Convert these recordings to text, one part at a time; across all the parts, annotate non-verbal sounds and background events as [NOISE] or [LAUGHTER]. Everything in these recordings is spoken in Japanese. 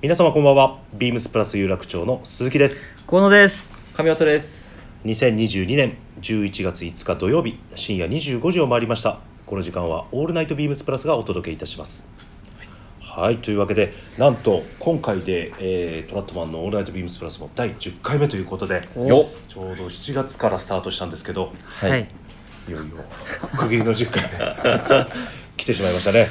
皆様こんばんはビームスプラス有楽町の鈴木です河野です神音です2022年11月5日土曜日深夜25時を回りましたこの時間はオールナイトビームスプラスがお届けいたしますはいというわけでなんと今回で、えートラットマンの「オールナイトビームスプラス」も第10回目ということでおよっちょうど7月からスタートしたんですけどはいははいい、いよいよ区切りの10回目 [LAUGHS] 来てしまいましたね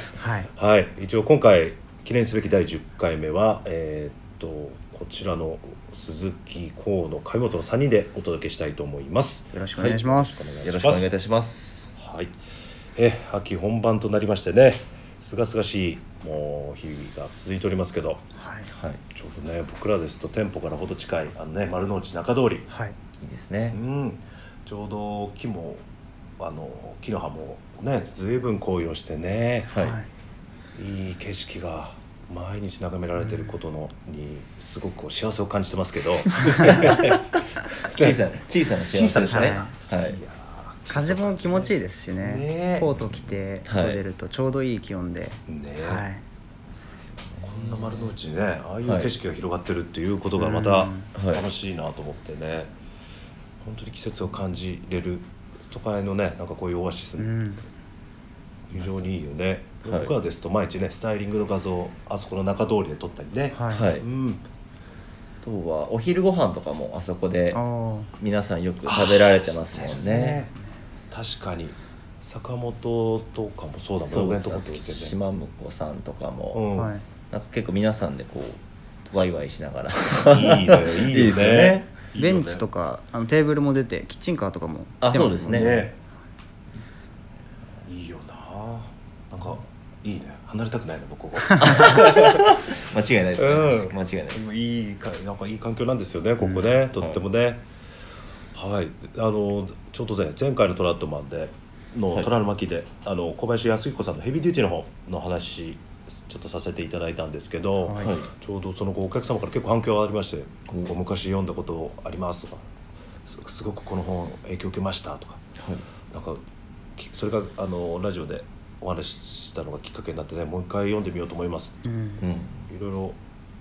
はい、一応今回記念すべき第10回目は、えーっとこちらの鈴木河野上本の3人でお届けしたいと思います。よろしくお願いします、よろしくお願いいたしますはい、え秋本番となりましてねすがすがしいもう日々が続いておりますけどはいはいちょうどね僕らですと店舗からほど近いあの、ね、丸の内中通り、はいいいですうねん、ちょうど木もあの木の葉もね随分紅葉してね。はいいい景色が毎日眺められてることのにすごくこう幸せを感じてますけ [LAUGHS] ど小さな小さな幸せですね小さはい風も気持ちいいですしねねえコート着て外出るとちょうどいい気温で、ねえ、はいこんな丸の内にねああいうはい景色が広がってるっていうことがまうたんはい楽しいなと思ってね、本当に季節を感じれる都会のねなんかこういうオアシス、うん非常にいいよね、はい僕らですと毎日ねスタイリングの画像をあそこの中通りで撮ったりね、はい、はいうんあとはお昼ご飯とかもあそこであー皆さんよく食べられてますもんね確かに坂本とかもそうだもんねお弁当持ってきあとてね島婿さんとかうもんはいなんか結構皆さんでこうワイワイしながらいいね、 [LAUGHS] いいいいよですよねね。ベンチとか。かあのテーブルも出てキッチンカーとかも来あてそうまですすもんねね。いいよな。なんか、いいね、離れたくないね、僕ここ。間違いないですね間違いないですいいか、なんかいい環境なんですよね、ここね、とってもね。はい、あの、ちょうどね、前回のトラットマンで。のはい虎の巻で、あの、小林康彦さんのヘビーデューティーの方の話。ちょっとさせていただいたんですけど。はいはいちょうどその後お客様から結構反響がありまして「おこう昔読んだことあります」とかす「すごくこの本影響を受けました」とかはいなんかきそれがあのラジオでお話ししたのがきっかけになってねもう一回読んでみようと思いますうんうんいろいろ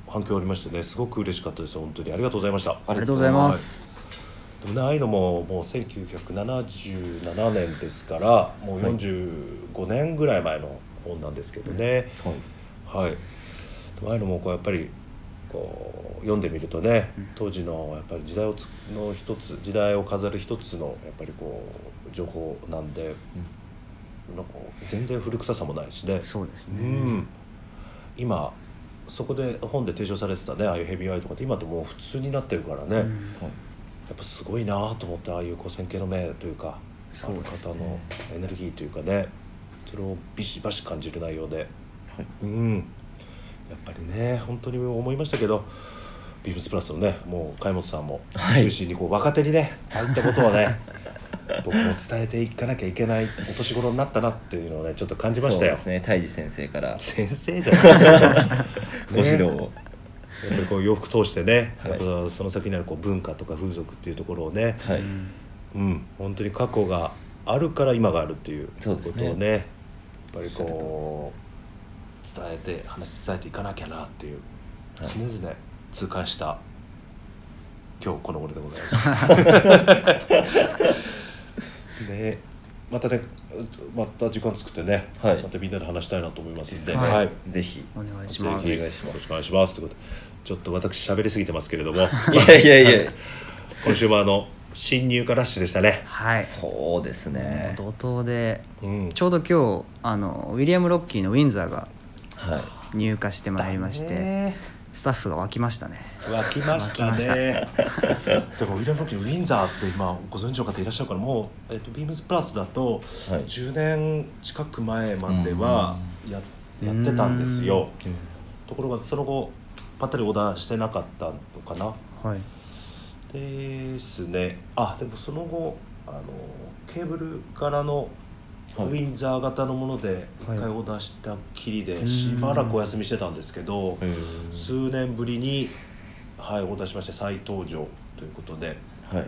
反響ありましてねすごく嬉しかったです本当にありがとうございましたありがとうございます、でもねああいうのももう1977年ですからもう45年ぐらい前の本なんですけどね、はいはい、前のもこうやっぱりこう読んでみるとね当時のやっぱり時代をつの一つ時代を飾る一つのやっぱりこう情報なんで、なんか全然古臭さもないしね。そうですうね、ん、今そこで本で提唱されてたねああいうヘビーワイとかって今ってもう普通になってるからね、うやんはいっぱすごいなと思ってああいうこう線形の目というかあそうのです方ね、のエネルギーというかねそれをビシバシ感じる内容ではいうん、やっぱりね本当に思いましたけどビームスプラスのねもう貝本さんもはい中心にこう若手にね入ったことをね [LAUGHS] 僕も伝えていかなきゃいけないお年頃になったなっていうのをねちょっと感じましたよ、そうですね太地先生から先生じゃないですか [LAUGHS] ご指導をやっぱりこう洋服通してね、はいやっぱその先にあるこう文化とか風俗っていうところをね、はいうんうん、本当に過去があるから今があるっていうことそをうですねねやっぱりこう伝えて話伝えていかなきゃなっていうはい常々痛感した今日この俺でございます [LAUGHS] ねまたねまた時間作ってね、はいまたみんなで話したいなと思いますんで、はいぜひお願いしぜひよまろすしくお願いしますということでちょっと私喋りすぎてますけれ [LAUGHS] どもいやいやいや今週もあの新入荷ラッシュでしたね、はいそうですねもう怒涛でうん、ちょうど今日あのウィリアム・ロッキーのウィンザーがはい入荷してまいりましてスタッフが沸きましたね沸きま [LAUGHS] したね。でもウィリアム・ロッキーのウィンザーって今ご存知の方いらっしゃるからもう、えっとビームスプラスだとはい10年近く前まではや,、やってたんですよ。ところがその後ぱったりオーダーしてなかったのかな。はいですね。あでもその後あのケーブル柄のウはいィンザー型のもので一はい回オーダーしたっきりでんしばらくお休みしてたんですけど。へ数年ぶりに、はい、お出しまして再登場ということで、はいね、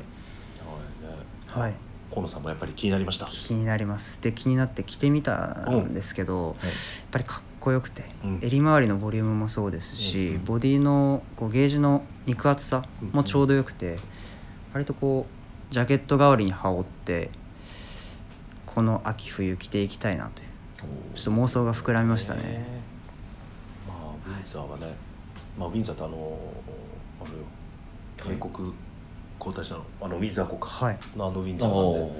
ーはいはい河野さんもやっぱり気になりました。気になりますで気になって着てみたんですけど、やっぱりかっこよくて、うん襟周りのボリュームもそうですし、うんボディのこうゲージの肉厚さもちょうどよくて、割とこうジャケット代わりに羽織ってこの秋冬着ていきたいなというちょっと妄想が膨らみましたね、まあウィンザーはね、まあウィンザーってあのあれよ帝国皇太子なのあのウィンザー国かはいのあのウィンザーああなんで、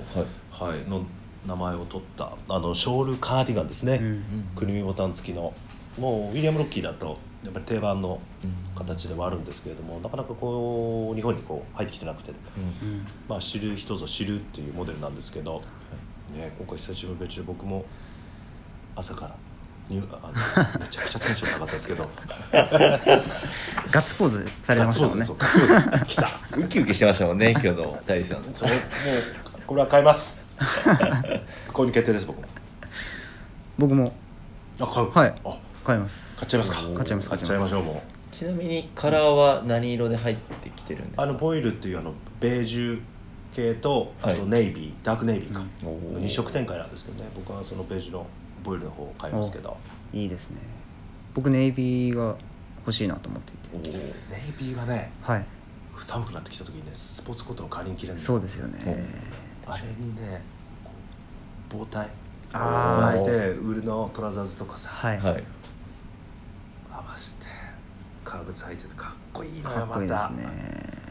はいはいの名前を取ったあのショールカーディガンですね、うんくるみボタン付きのもうウィリアム・ロッキーだとやっぱり定番のうん形ではあるんですけれどもなかなかこう日本にこう入ってきてなくて、うんうんまあ、知る人ぞ知るっていうモデルなんですけど、ね、今回久しぶりで僕も朝からにあ [LAUGHS] のめちゃくちゃテンション上がったんですけどガッツポーズされてましたもんねガッツポーズそうガッツポーズ来たウキウキしてましたもんね今日の大地さんそうもうこれは買います [LAUGHS] 購入決定です僕も僕もあ買うはいあ買います買っちゃいますか買っちゃいます買っちゃいましょうもうちなみにカラーは何色で入ってきてるんですあかのボイルっていうあのベージュ系とあはいとネイビー、ダークネイビーか、おー二色展開なんですけどね僕はそのベージュのボイルの方を買いますけどいいですね僕ネイビーが欲しいなと思っていてネイビーはねはい寒くなってきた時にねスポーツコートの代わりに着れるのそうですよおねあれにねこう棒体あー巻いてウールのトラザーズとかさ、はい、はい合わせて革靴履いててかっこいいのかよっこいいでますたね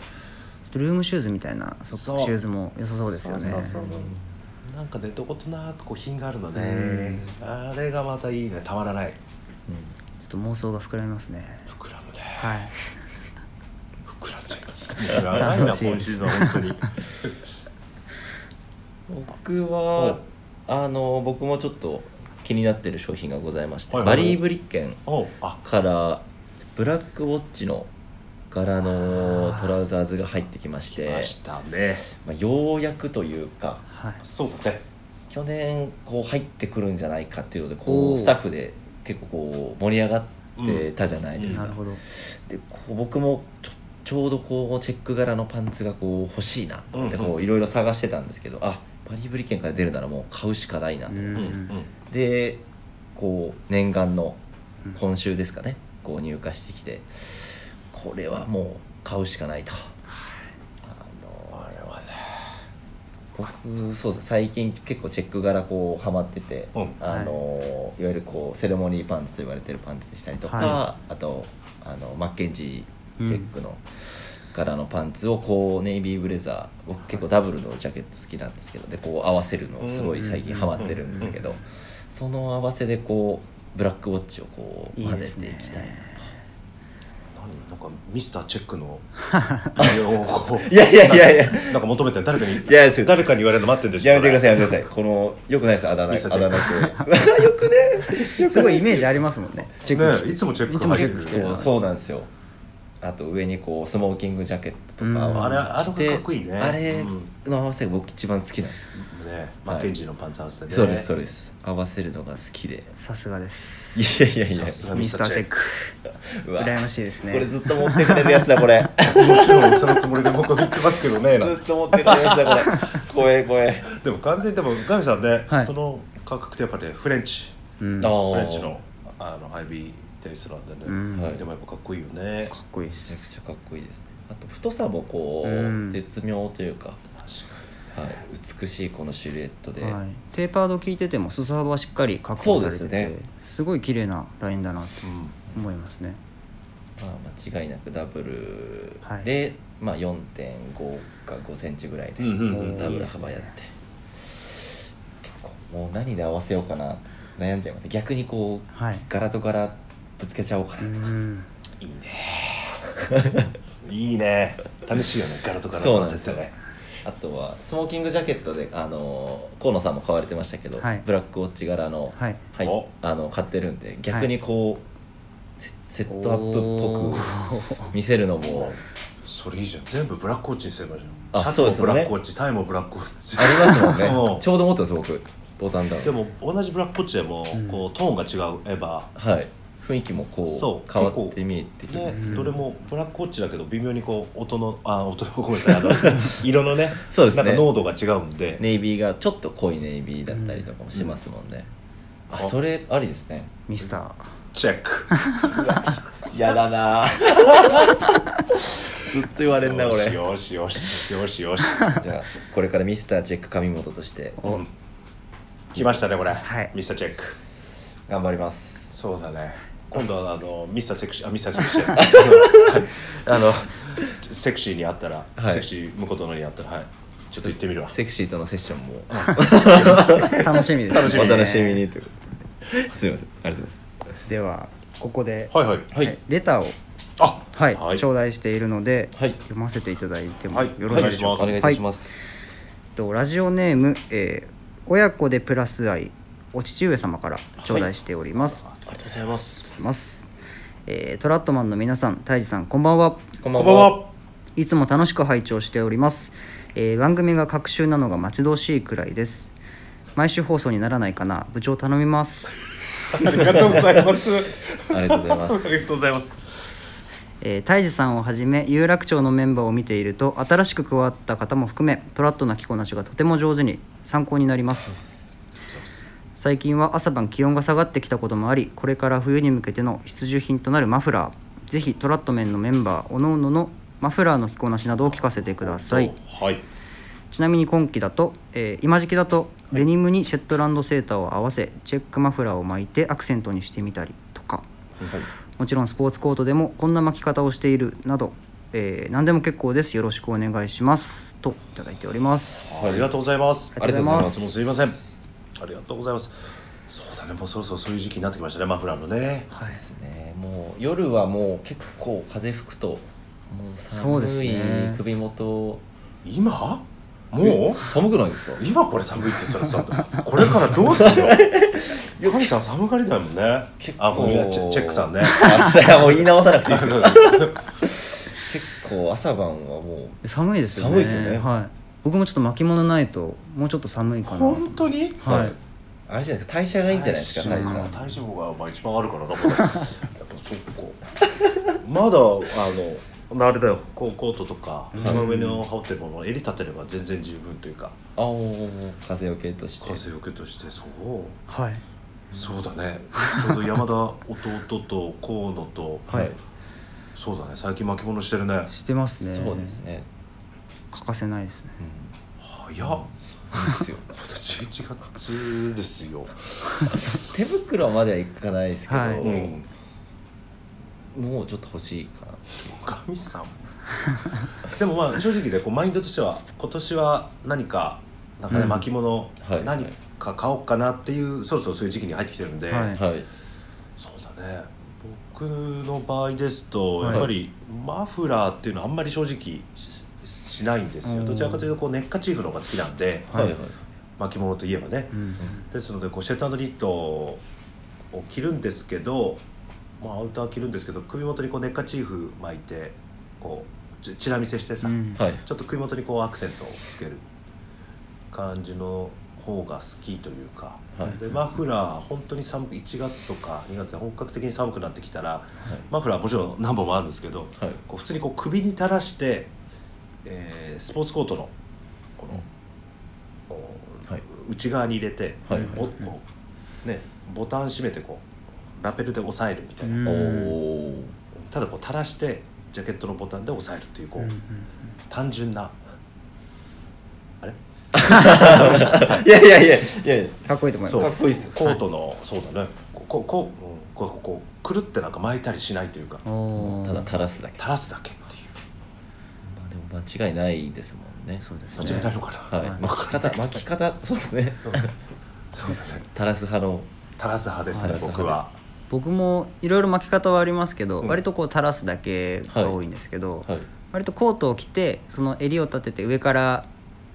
ちょっとルームシューズみたいなそそうシューズも良さそうですよねそうそうそうなんかねどことなくこう品があるのねへあれがまたいいねたまらないちょっと妄想が膨らみますね膨らむねはい膨らんじゃいますね長いな今楽しいですシーズンは本当に僕はあの僕もちょっと気になってる商品がございまして、はいはいはいバリー・ブリッケンおうあからブラックウォッチの柄のトラウザーズが入ってきまし来てましたねまあ、ようやくというかはいそうだね去年こう入ってくるんじゃないかっていうのでこおうースタッフで結構こう盛り上がってたじゃないですか、なるほどでこう僕もちょちょうどこうチェック柄のパンツがこう欲しいなうんってこういろいろ探してたんですけど、あバリブリ券から出るならもう買うしかないなと、うんでこう念願のうん今週ですかねこう入荷してきてこれはもう買うしかないと。あのあれはね僕そうです最近結構チェック柄こうハマってて、うんあのいわゆるこうセレモニーパンツと言われてるパンツでしたりとか、はあとあのマッケンジーチェックの柄のパンツをこうネイビーブレザー僕結構ダブルのジャケット好きなんですけどでこう合わせるのすごい最近ハマってるんですけどその合わせでこうブラックウォッチをこういい混でぜすていねきたいな何なんかミスターチェックの内容をこう [LAUGHS] いやいやいやいやなんか求めてる誰かにいやいやそう誰かに言われるの待ってるんでしょやめてくださいいやめてくださいこのよくないですあだ名あミスターチェだック名 [LAUGHS] ってよくねすごいイメージありますもんねチェックねいつもチェックいつもチェックしてるそうそうなんですよあと上にこうスモーキングジャケットとかうんあれあれ着もてかっこいいねあれうんの合わせが僕一番好きなんです、ねマッケンジーのパンツ合わせてねそうですそうです合わせるのが好きでさすがですいやいやいやさすがミスターチェックうわ羨ましいですねこれずっと持ってくれるやつだ [LAUGHS] これもちろんそのつもりで僕は言ってますけどねなんてずっと持ってくれるやつだ [LAUGHS] これ怖え怖えでも完全にでもガミさんね、はいその感覚ってやっぱり、ね、フレンチうんあかーフレンチのあのハイビーテイストなんでね、うんはいでもやっぱかっこいいよねっこいいでめちゃすくちゃかっこいいですねあと太さもこう、うん絶妙というか、はい、美しいこのシルエットで、はい、テーパード効いてても裾幅はしっかり確保されてそうてですす,、ねごい綺麗なラインだなとうん思いますねまあ、間違いなくダブルで、まあ、4.5か5センチぐらいで、うんうんうんダブル幅やって結構もう何で合わせようかな悩んじゃいます逆にこうはい柄と柄ぶつけちゃおうかうな、んいいねいいね楽しいよね柄と柄そう合わなんでせすてよねあとはスモーキングジャケットであの河野さんも買われてましたけど、はいブラックウォッチ柄の,、はいはいおあの買ってるんで逆にこう、セセットアップっおー [LAUGHS] ぽく見せるのもそれいいじゃん全部ブラックウォッチにすればいいじゃんあシャツもそうですよブねラックウォッチ、タイもブラックウォッチあ [LAUGHS] りますもんうねちょうど持ってます僕ボタンダウンでも同じブラックウォッチでも、うんこうトーンが違えばはい雰囲気もこそうう変わって見えてきねます、うんどれもブラックウォッチだけど微妙にこう音のあ音のごめ [LAUGHS] んなさいあの色のねそうですねなんか濃度が違うんで、ネイビーがちょっと濃いネイビーだったりとかもしますもんね、あそれありですねミスターチェックやだ [LAUGHS] なずっと言われんなよ俺しじよしよしよしよしゃあこれからミスターチェック上本としておうん来ましたねこれ、はいミスターチェック頑張りますそうだね今度はあのミスターセクシーあミスターセクシーはいあのセクシーに会ったら、はいセクシー向こう殿に会ったらはいちょっと行ってみるわセクシーとのセッションも楽しみです、ね、楽しみお楽しみにということですいませんありがとうございますではここで、はいはいはいレターを、あはいはい頂戴しているので、はい読ませていただいてもはいよろしいでしょうおか、願いいたします、えっとラジオネーム、えー親子でプラス愛お父上様から頂戴しております、ありがとうございますますえートラットマンの皆さんタイジさんこんばんはこんこんばんはいつも楽しく拝聴しております、えー番組が隔週なのが待ち遠しいくらいです毎週放送にならないかな部長頼みますありがとうございますありがとうございまあ [LAUGHS] りがとうごすざいますえー、泰治さんをはじめ有楽町のメンバーを見ていると新しく加わった方も含めトラットな着こなしがとても上手に参考になります最近は朝晩気温が下がってきたこともありこれから冬に向けての必需品となるマフラーぜひトラットメンのメンバーおのおののマフラーの着こなしなどを聞かせてくださいはいちなみに今季だと、えー今時期だとデニムにシェットランドセーターを合わせチェックマフラーを巻いてアクセントにしてみたりとかもちろんスポーツコートでもこんな巻き方をしているなど、えー何でも結構ですよろしくお願いしますといただいておりますありがとうございますありがとうございますもうすみませんありがとうございますそうだねもうそろそろそういう時期になってきましたねマフラーのねはいですねもう夜はもう結構風吹くともうそうです寒いね首元今もう寒くないですか今これ寒いって言ったらさこれからどうするの [LAUGHS] 神さん寒がりだもんねあごめんチェチェックさんねあそうやもう言い直さなくていいですよ [LAUGHS] は結構朝晩はもで寒いですよね寒いですよねはい、僕もちょっと巻物ないともうちょっと寒いいかな本当にうはいあれじゃないですか代謝がいいんじゃないですか体脂大地肪さがん体脂肪がまあ一番あるからだからやっぱそっかまだあのあれだよこうコートとかい一番上の羽織ってるものを襟立てれば全然十分というかあお風よけとして風よけとしてそうはいそうだねちょうど山田弟と河野とはい、そうだね最近巻物してるねしてますねそうですね、欠かせないですねうん、早っいいですよ [LAUGHS] まだ11月ですよ、手袋まではいかないですけど、はいうん、もうちょっと欲しいかな神さん [LAUGHS] でもまあ正直でこうマインドとしては今年は何かなんかね、うん巻物、はい何か買おうかなっていうそろそろそういう時期に入ってきてるんで、はいはいそうだね僕の場合ですとはいやっぱりマフラーっていうのはあんまり正直ししないんですうよんどちらかというとこうネッカチーフの方が好きなんではいはいはい巻物といえばねう、んですのでこうシェットニットを着るんですけど、まあ、アウター着るんですけど首元にこうネッカチーフ巻いてこうちチラ見せしてさ、うんはいちょっと首元にこうアクセントをつける感じの方が好きというか、はいでマフラー本当に寒く1月とか2月で本格的に寒くなってきたらはいマフラーもちろん何本もあるんですけどはいこう普通にこう首に垂らして、えースポーツコートのこの、こうはい内側に入れて、はいぼこうね、ボタン閉めてこうラペルで押さえるみたいな、うんおおただこう垂らしてジャケットのボタンで押さえるっていうこう、うんうん単純なあれいやいやいやいやいやかっこいいと思いそうますかっこいいっすコートの、そうだねこうこうこう,うん、こうこうこうくるってなんか巻いたりしないというかおーただ垂らすだけ垂らすだけっていうまあでも間違いないですもんねそうです間違いないのかな、はいはい巻き方巻き方そうですね [LAUGHS] そうだね垂らす派の垂らす派ですね、はい僕は僕もいろいろ巻き方はありますけど、うん割とこう垂らすだけが多いんですけど、はい割とコートを着てその襟を立てて上から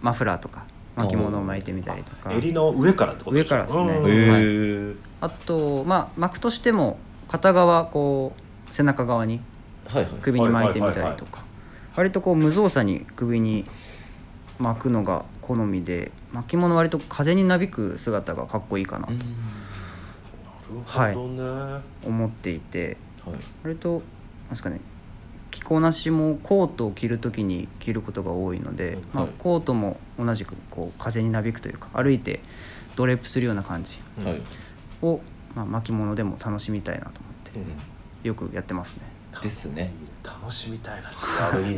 マフラーとか巻物を巻いてみたりとか襟の上からってこと上からですねうんへえへあとまあ巻くとしても片側こう背中側にはいはい首に巻いてみたりとか割とこう無造作に首に巻くのが好みで巻物割と風になびく姿がかっこいいかなとなるほどね、思っていて、はい割となんですかね着こなしもコートを着るときに着ることが多いので、うんまあはい、コートも同じくこう風になびくというか歩いてドレープするような感じはいを、まあ、巻物でも楽しみたいなと思って、うんよくやってますねですね楽しみたいなあれいいね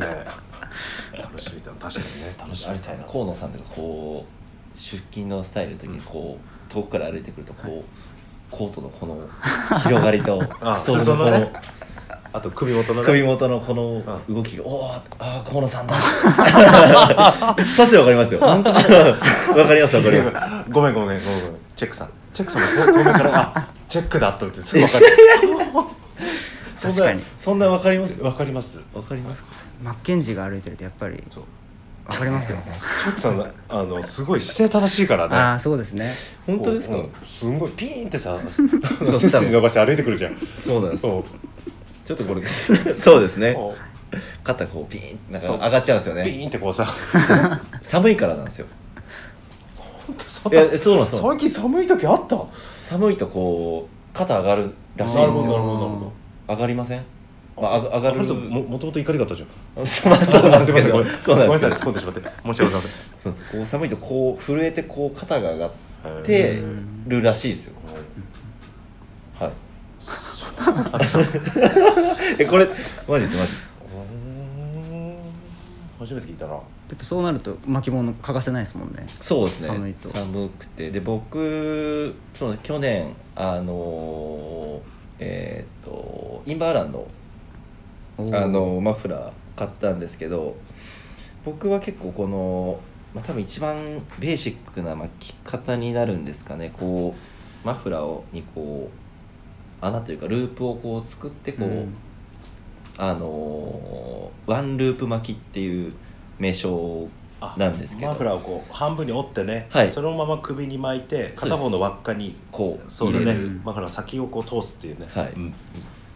楽しみたい確かにね楽しみたいな河野さんとかこう出勤のスタイルの時にこう遠くから歩いてくるとこうコートのこの広がりとあ裾のこ裾のねのあと首元のね首元のこの動きが「おおああ河野さんだ」一発でわかりますよわかりますわかります [LAUGHS] ごめんごめんごめんごめんチェックさんチェックさんが遠遠目からあチェックだと思ってすぐ分かそんな確かにそんなわかりまするわかりますわかりますかマッケンジーが歩いてるとやっぱりそう分かり [LAUGHS] ますよチェックさんのあのすごい姿勢正しいからねああそうですね本当ですかこううんすんごいピーンってさそう背筋伸ばして歩いてくるじゃんそうなんですそうちょっとこれそうですねこ肩こうピーンなんかそう上がっちゃうんですようピねーンってこうさ寒いからなんですよそいやそうなんですそうなん最近寒い時あったです寒いとこう肩上がるらしいんなでるすほどなるよほどなるほど上がりませんまあ、あが上がるとももともと怒りがあったじゃんまあそうなんですけどあすいませんそごうめんなごめんなんさい突でっす込んでしまって申し訳ございまそうですこう寒いとこう震えてこう肩が上がっせんてうんるらしいですよはい [LAUGHS] えこれマジですマジです初めて聞いたなやっぱそうなると巻物欠かせないですもんねそうですね寒いと寒くてで僕その去年あのーえーっ、とインバーランドおーあのマフラー買ったんですけど僕は結構この、まあ、多分一番ベーシックな巻き方になるんですかねこうマフラーをにこう穴というかループをこう作ってこう、うんあのーワンループ巻きっていう名称あなんですけどマフラーをこう半分に折ってね、はいそのまま首に巻いてそうです片方の輪っかにこうそう入だれねるマフラーの先をこう通すっていうね、はいうん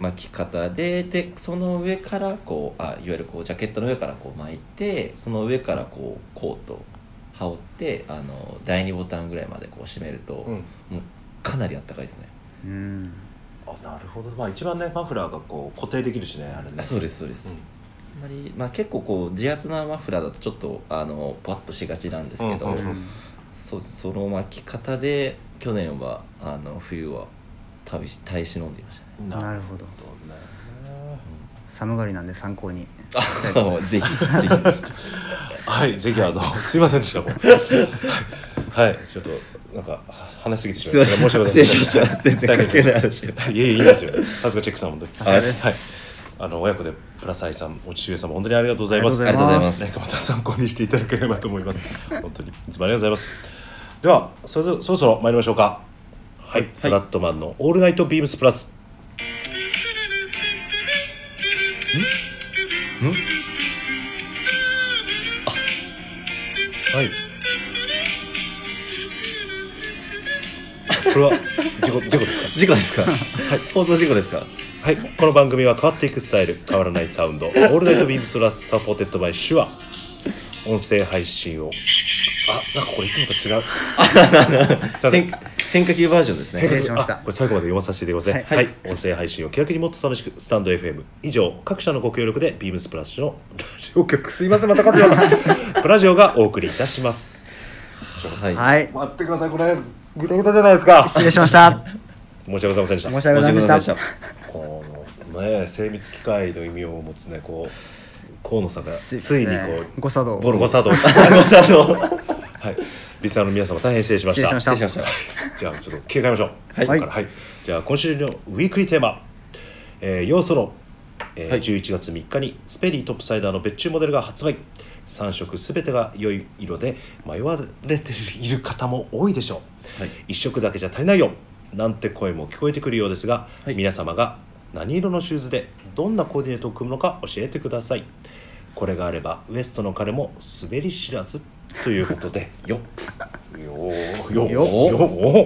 巻き方ででその上からこうあいわゆるこうジャケットの上からこう巻いてその上からこうコートを羽織ってあの第2ボタンぐらいまでこう締めると、うんもうかなりあったかいですねうんあなるほどまあ一番ねマフラーがこう固定できるしねあれねあそうですそうです、うんあんまり、まあ、結構こう自圧なマフラーだとちょっとあのぼわっとしがちなんですけど、うんうんうんそうその巻き方で去年はあの冬は旅し耐え忍んでいましたね、ななるるほどほどね寒がりなんで参考にしたいと思いあ [LAUGHS] ぜひぜひはいぜひあの、すいませんでしたもう [LAUGHS] はいちょっとなんか話しすぎてしまいましたすいま申せんし訳ございません失礼しました全然関係ない大丈話を夫ですいえいえいいんですよさすがチェックさん本当にさすがではいす、あの親子でプラスアイさんお父上様本当にありがとうございますありがとうございますなんかまた参考にしていただければと思います本当にいつもありがとうございますではそれでそろそろ参りましょうかはい、トラットマンの「オールナイトビームスプラス」はい。これは事故事故ですか。事故ですか、放送事故ですかはい、この番組は変わっていくスタイル、変わらないサウンド、オールナイトビームスプラスサポーテッドバイシュア。音声配信を。あ、なんかこれいつもと違う。 [LAUGHS] すいません変化変化球バージョンですね失礼しましたあこれ最後まで読まさせていただきますね。は、はいい音声配信を気楽にもっと楽しく、スタンド FM。以上、各社のご協力で、ビームスプラスのラジオ局、 [LAUGHS] すいません、また勝 [LAUGHS] 手な。プラジオがお送りいたします。はい、はい待ってください、これ、ぐたぐたじゃないですか。申失礼しましたし訳ございませんでした。申し訳ございませんでしたこのね精密機械の意味を持つねこう河野さんがつすいにすまこせん誤作動うボルゴ [LAUGHS] 作動あごめんなさいあのはいリスナーの皆様大変失礼しました失礼しまし失た礼しましたじゃあちょっと切り替えましょうはいここからはいじゃあ今週のウィークリーテーマ「えー、要素論」えーはい11月3日にスペリートップサイダーの別注モデルが発売3色すべてが良い色で迷われている方も多いでしょう、はい一色だけじゃ足りないよなんて声も聞こえてくるようですが、はい皆様が何色のシューズでどんなコーディネートを組むのか教えてくださいこれがあればウエストの彼も滑り知らずということでよっよーよーよよ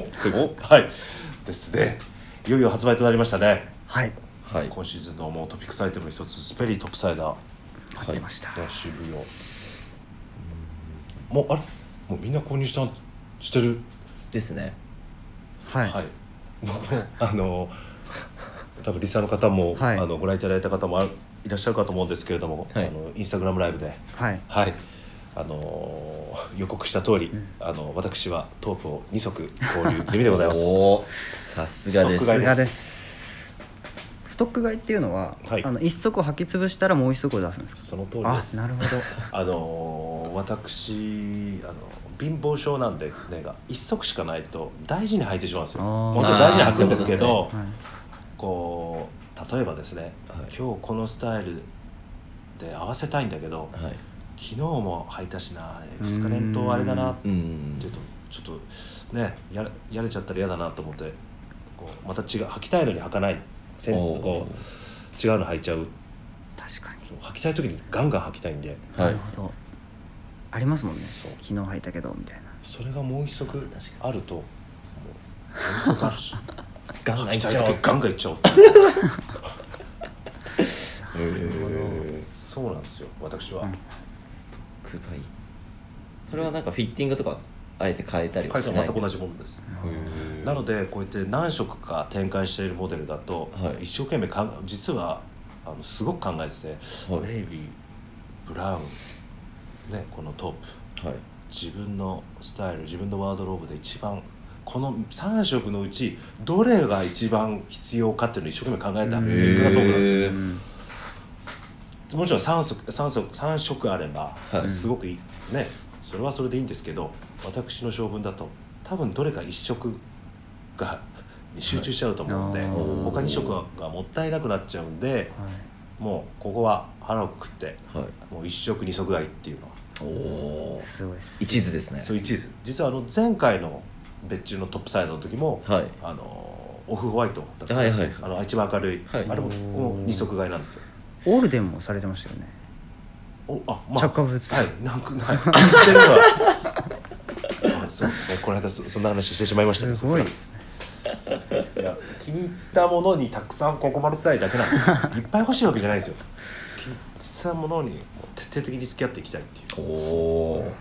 ーよはいですねいよいよ発売となりましたねはいはい今シーズンのもうトピックスアイテムの一つスペリートップサイダー入ってました、ね渋谷もうあれもうみんな購入したしてるですねはい、はい [LAUGHS] 僕もあの多分リサの方も、はいあのご覧いただいた方もあいらっしゃるかと思うんですけれども、はいあのインスタグラムライブではいはいあのー予告した通り、あの私はトープを2足購入済みでござい [LAUGHS] ます。おーさすがですさすさすががでですストック買いっていうのは、はいあの一足を履き潰したらもう一足を出すんですかその通りであす。なるほどあのー私あの貧乏症なんでねが一足しかないと大事に履いてしまうんですよ。あーもちろん大事に履くんですけあーそういうど、はいこう例えばですね、はい今日このスタイルで合わせたいんだけど、はい昨日も履いたしなうー2ん日連投あれだなってういんうとちょっとねやれやれちゃったら嫌だなと思ってこうまた違う履きたいのに履かないせんおーこう違うの履いちゃう確かにそう履きたい時にガンガン履きたいんではないるほどありますもんねそう昨日履いたけどみたいなそれがもう一足確かにあるともうもう一足ある [LAUGHS] しガンガン履いきっちたいゃおう時ガンガンいっちゃおうえーそうなんですよ私は、うんストック買いそれはなんかフィッティングとかあえて変えたり彼はとはしない全く同じものですへーなのでこうやって何色か展開しているモデルだと、はい一生懸命かん実はあのすごく考えてて、はいネイビーブラウン、ね、このトープはい自分のスタイル自分のワードローブで一番この3色のうちどれが一番必要かっていうのを一生懸命考えたうん結果がトープなんでへうんすよもちろん3色三色三色あればはいすごくいい、ねそれはそれでいいんですけど私の性分だと多分どれか1色がに集中しちゃうと思うので、あー他2色がもったいなくなっちゃうんではもうここは腹をくくってはいもう1色2色買いっていうのはおおいすごいです一途ですねそう一です実はあの前回の別注のトップサイドの時も、はいあのオフホワイトだった、はいはいはいあの一番明るい、はいあれももう2足買いなんですよオールデンもされてましたよねおあ着火物はいなんかはい言ってるのはあそうねこの間そそんな話してしまいましたけどすごいですねいや気に入ったものにたくさん囲まれてたいだけなんですいっぱい欲しいわけじゃないんですよ気に入ってたものにもう徹底的に付き合っていきたいっていうおお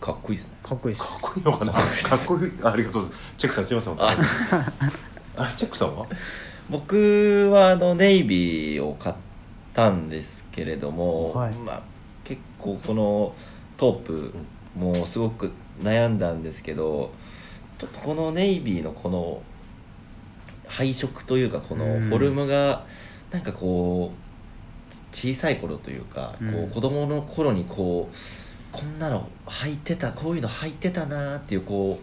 かっこいいですねかっこいいでかっすこいいのかな [LAUGHS] かっこいいあありがとうございますチェックさんすいません本当にあチェックさんは僕はあのネイビーを買ったんですけれども、はいまあ、結構このトープもすごく悩んだんですけどちょっとこのネイビーのこの配色というかこのフォルムがなんかこうち小さい頃というか、こうんう子供の頃にこうこんなの履いてたこういうの履いてたなーっていうこ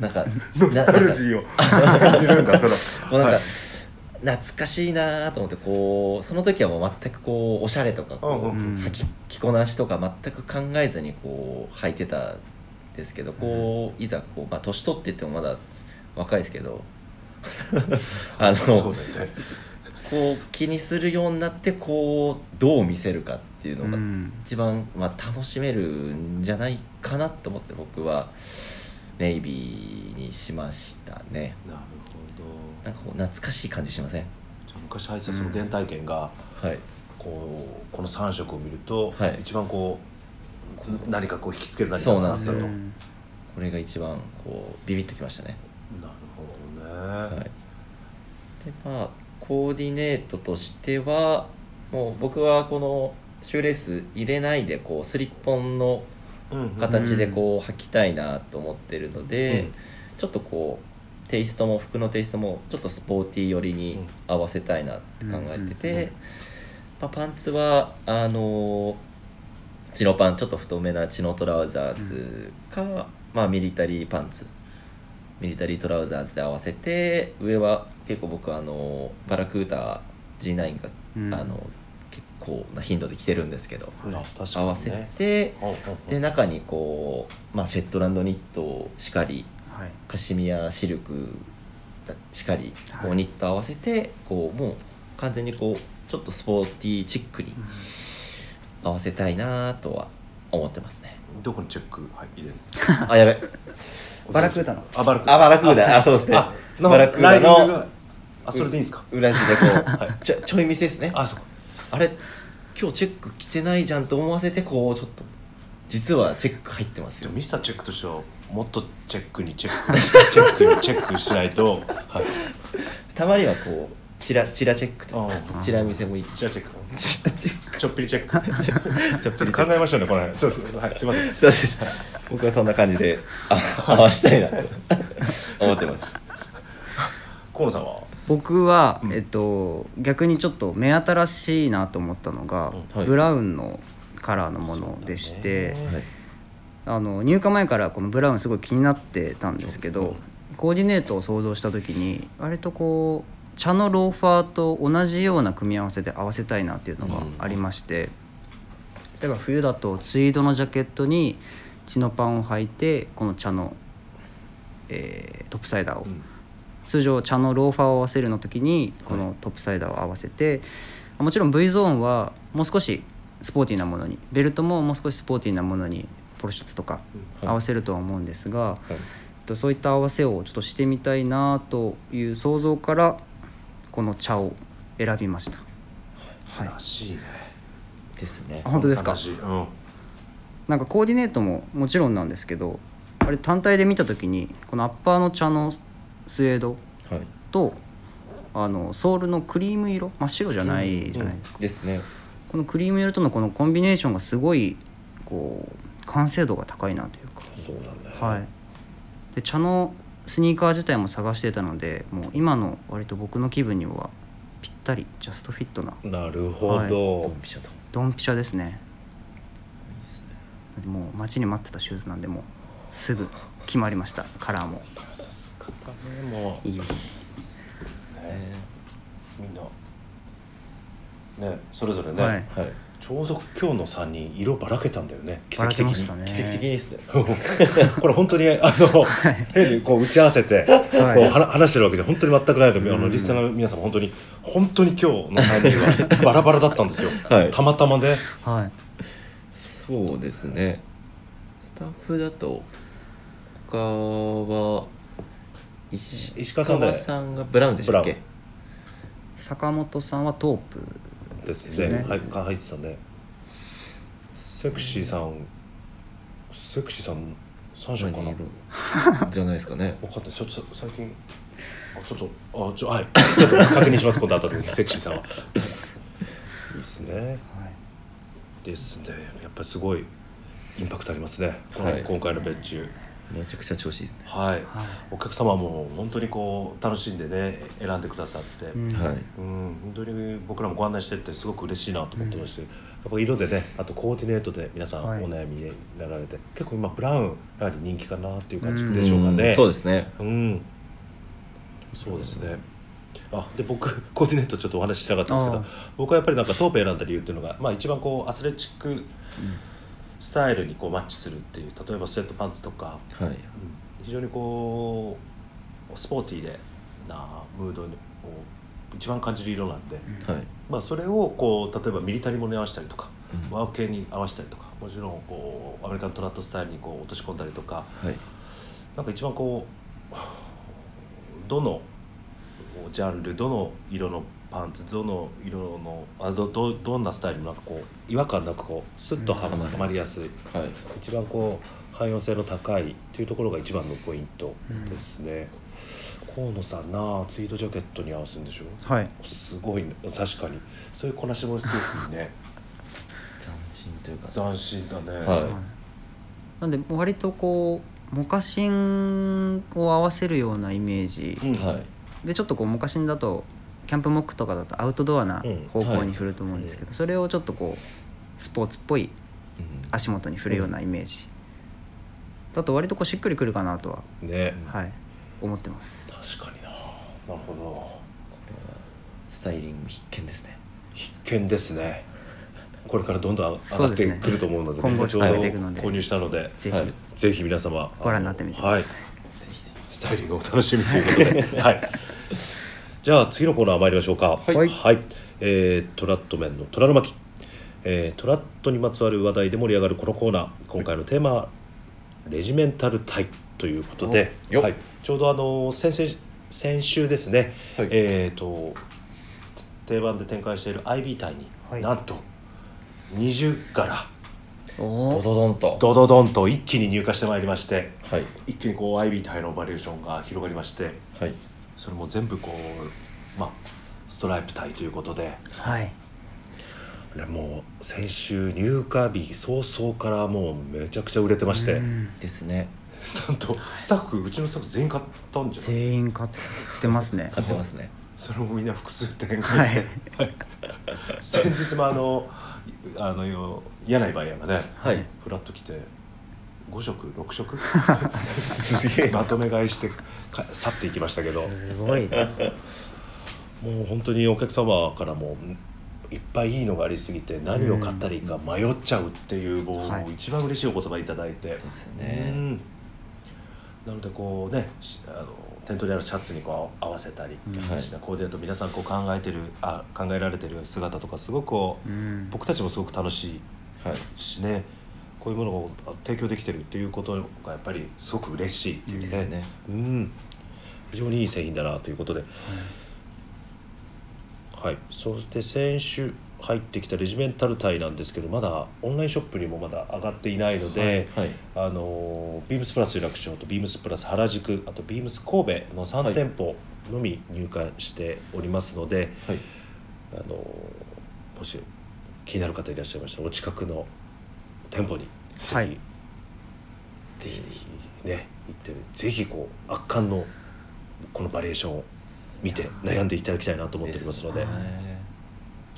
うなんか [LAUGHS] ノスタルジーを感じるんだそのこうなんか、はい懐かしいなと思ってこうその時はもう全くこうおしゃれとかこうう、んうん履き着こなしとか全く考えずにこう履いてたんですけどこういざこう、まあ、年取ってってもまだ若いですけどあのそうだよねこう気にするようになってこうどう見せるかっていううのがん一番、まあ、楽しめるんじゃないかなと思って僕はネイビーにしましたね。なるほどなんかこう懐かしい感じしませんじゃあ昔入ってたその原体験が、はいこうこの3色を見ると、はい一番こう何かこう引きつける何かそうなんですだよとうなるんこれが一番こうビビッときましたね、ほどね、はい、でまあコーディネートとしてはもう僕はこのシューレース入れないでこうスリッポンのうんうん形でこう履きたいなと思ってるので、うんちょっとこうテイストも服のテイストもちょっとスポーティー寄りに合わせたいなって考えてうんうんうんて、まあ、パンツはあのーチノパンちょっと太めなチノトラウザーズか、まあ、ミリタリーパンツミリタリートラウザーズで合わせて上は結構僕あのーバラクータ G9 が、うんあの結構な頻度で着てるんですけど、あ確かに、ね、合わせて。うんうんうでん中にこう、まあ、シェットランドニットをしかりはいカシミヤシルクだしかりはいこうニット合わせてこうもう完全にこうちょっとスポーティーチックに合わせたいなとは思ってますねどこにチェック入れるあやべバラクータのあバラクーあバラクーダあそうですねあのバラクーダライディングのがあそれでいいんですか、裏地でこう、はいちょちょい見せですねあそうかあれ今日チェック着てないじゃんと思わせてこうちょっと実はチェック入ってますでよもミスターチェックとしてはもっとチェックにチェックチェックにチェックしないと、はい、たまにはこうチラチラチェックとうチラ見せもいいチラチェックチラチェックちょっぴりチェッ [LAUGHS] クちょっと考えましたねこの辺ちょっとはいすいませんそうです [LAUGHS] 僕はそんな感じであ合わしたいなと思ってます河野さんは僕は、うんえっと、逆にちょっと目新しいなと思ったのが、うんはいブラウンのカラーのものでして、そうだねはいあの入荷前からこのブラウンすごい気になってたんですけど、コーディネートを想像した時に割とこう茶のローファーと同じような組み合わせで合わせたいなっていうのがありまして、例えば冬だとツイードのジャケットにチノパンを履いてこの茶の、えートップサイダーをうん通常茶のローファーを合わせるの時にこのトップサイダーを合わせて、もちろん V ゾーンはもう少しスポーティーなものにベルトももう少しスポーティーなものにポロシャツとかうん合わせるとは思うんですが、はいえっとそういった合わせをちょっとしてみたいなという想像からこの茶を選びました。はい、らしいねですねあ本当ですか河野さんらしいうんなんかコーディネートももちろんなんですけどあれ単体で見た時にこのアッパーの茶のスウェードはいとあのソールのクリーム色真っ白じゃないじゃないですか、ですねこのクリーム色とのこのコンビネーションがすごいこう完成度が高いなというかそうなんだよはいで茶のスニーカー自体も探してたのでもう今の割と僕の気分にはぴったりジャストフィットななるほドどンピシャといいドンピシャですねですねもう待ちに待ってたシューズなんでもうすぐ決まりましたカラーもさすがだねもういいねみんなねそれぞれね、はいはいちょうど今日の3人色ばらけたんだよね奇ばら跡け的ましたに、 [LAUGHS] ね奇跡的にですねこれ本当にあ [LAUGHS] の変にこう打ち合わせて、はいこう話話してるわけじゃ本当に全くないので、あうのんリスナーの皆さん本当に本当に今日の3人はバラバラだったん [LAUGHS] ですよ、はいたまたまねはいそうですねスタッフだと他は石石川さんだよね石川さんがブラウンでしたっけ坂本さんはトープですでねすねはいか入ってたねセクシーさんセクシーさん3色かな何色じゃないですかね分かんないちょっと最近あちょっとあちょはいちょっと確認し [LAUGHS] ます今度会った時にセクシーさんはいいっすねはいですねやっぱりすごいインパクトありますね、このはい今回の別注 [LAUGHS] めちゃくちゃ調子いいですねはい、はいお客様も本当にこう楽しんでね選んでくださって、ううんんはい本当に僕らもご案内してってすごく嬉しいなと思ってまして、やっぱ色でねあとコーディネートで皆さんはいお悩みになられて、結構今ブラウンやはり人気かなっていう感じうんでしょうかね、んそうですねうん、そうですね。あで僕 [LAUGHS] コーディネートちょっとお話ししたかったんですけあど僕はやっぱりなんかトープ選んだ理由っていうのが、まあ、一番こうアスレチックスタイルにこうマッチするっていう例えばスウェットパンツとか、はいうん非常にこうスポーティーでなムードを一番感じる色なんで、はいまあ、それをこう例えばミリタリーものに合わせたりとか、うんワーク系に合わせたりとかもちろんこうアメリカントラットスタイルにこう落とし込んだりとか、はいなんか一番こうどのジャンルどの色のパンツどの色のあどどどんなスタイルもなんかこう違和感なくこうスッとはうんまはまりやすいはい一番こう汎用性の高いというところが一番のポイントですね、河野さんなあツイートジャケットに合わせるんでしょはいすごいね確かにそういうこなしもすごくね斬新というか斬新だね、はいなんで割とこうモカシンを合わせるようなイメージうんはいでちょっとこうモカシンだとキャンプモックとかだとアウトドアなうん方向はいに振ると思うんですけど、それをちょっとこうスポーツっぽいうん足元に振るようなイメージだと割とこうしっくりくるかなとは、ねはい、思ってます確かにななるほどスタイリング必見ですね必見ですねこれからどんどん上そがうっですてねくると思うので,、今後ちょうど上げていくので購入したのでぜひ、はいぜひ皆様ご覧になってみてくはだいさい、ぜひぜひスタイリングをお楽しみということで、はい、じゃあ次のコーナー参りましょうかいはいえートラット面の虎の巻、えートラットにまつわる話題で盛り上がるこのコーナー今回のテーマはレジメンタル隊ということで、およっはい、ちょうどあの先生先週ですね、はいえっ、と定番で展開している IB 隊に、はいなんと20からドおードドンとドドドンと一気に入荷してまいりましてはい一気にこう IB 隊のバリエーションが広がりましてはいそれも全部こうまあストライプ隊ということではいあれもう先週入荷日早々からもうめちゃくちゃ売れてまして、うんですねなんとスタッフうちのスタッフ全員買ったんじゃない全員買ってますね買ってますねそれもみんな複数展開 [LAUGHS] して、はい先日もあのあのよ柳井バイヤーがねはいフラッと来て5食6食 [LAUGHS] すげえまとめ買いしてか去っていきましたけどすごいなもう本当にお客様からもいっぱいいいのがありすぎて何を買ったらいいか迷っちゃうっていうもうはい一番嬉しいお言葉いただいて、ですうねんなのでこうねしあの店頭にあるシャツにこう合わせたりうんしたコーディネート皆さんこう考えてるあ考えられてる姿とかすごくこううん僕たちもすごく楽しはいいしねこういうものをあ提供できてるっていうことがやっぱりすごく嬉しいっていうね,、ですねうん、非常にいい製品だなということで、はい、そして先週入ってきたレジメンタルタイなんですけどまだオンラインショップにもまだ上がっていないので、はいあのビームスプラス有楽町とビームスプラス原宿あとビームス神戸のは3い店舗のみ入荷しておりますので、はいあのもし気になる方いらっしゃいましたらお近くの店舗にはいぜひ、ぜひね行ってぜひこう圧巻のこのバリエーションを見て悩んでいただきたいなと思っておりますので。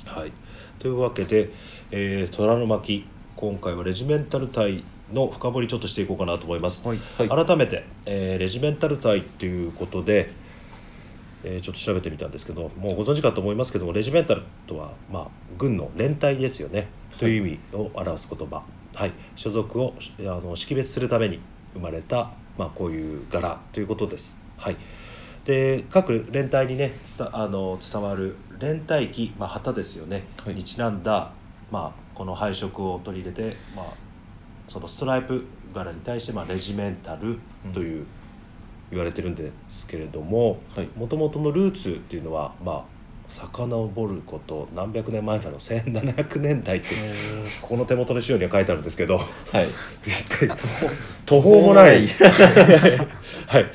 すはい、というわけで、えー虎の巻今回はレジメンタル隊の深掘りちょっとしていこうかなと思います、はいはい改めて、えーレジメンタル隊っていうことで、えーちょっと調べてみたんですけどもうご存知かと思いますけどもレジメンタルとは、まあ、軍の連隊ですよねという意味を表す言葉、はい、所属をあの識別するために生まれた、まあ、こういう柄ということです。はい、で各連隊にねつたあの伝わる連隊旗、まあ、旗ですよね、はいにちなんだ、まあ、この配色を取り入れて、まあ、そのストライプ柄に対して、まあ、レジメンタルという、言われてるんですけれどもはいもともとのルーツっていうのはまあ遡ること何百年前だろう1700年代ってこの手元の資料には書いてあるんですけどはい一体 [LAUGHS] 途方もないはい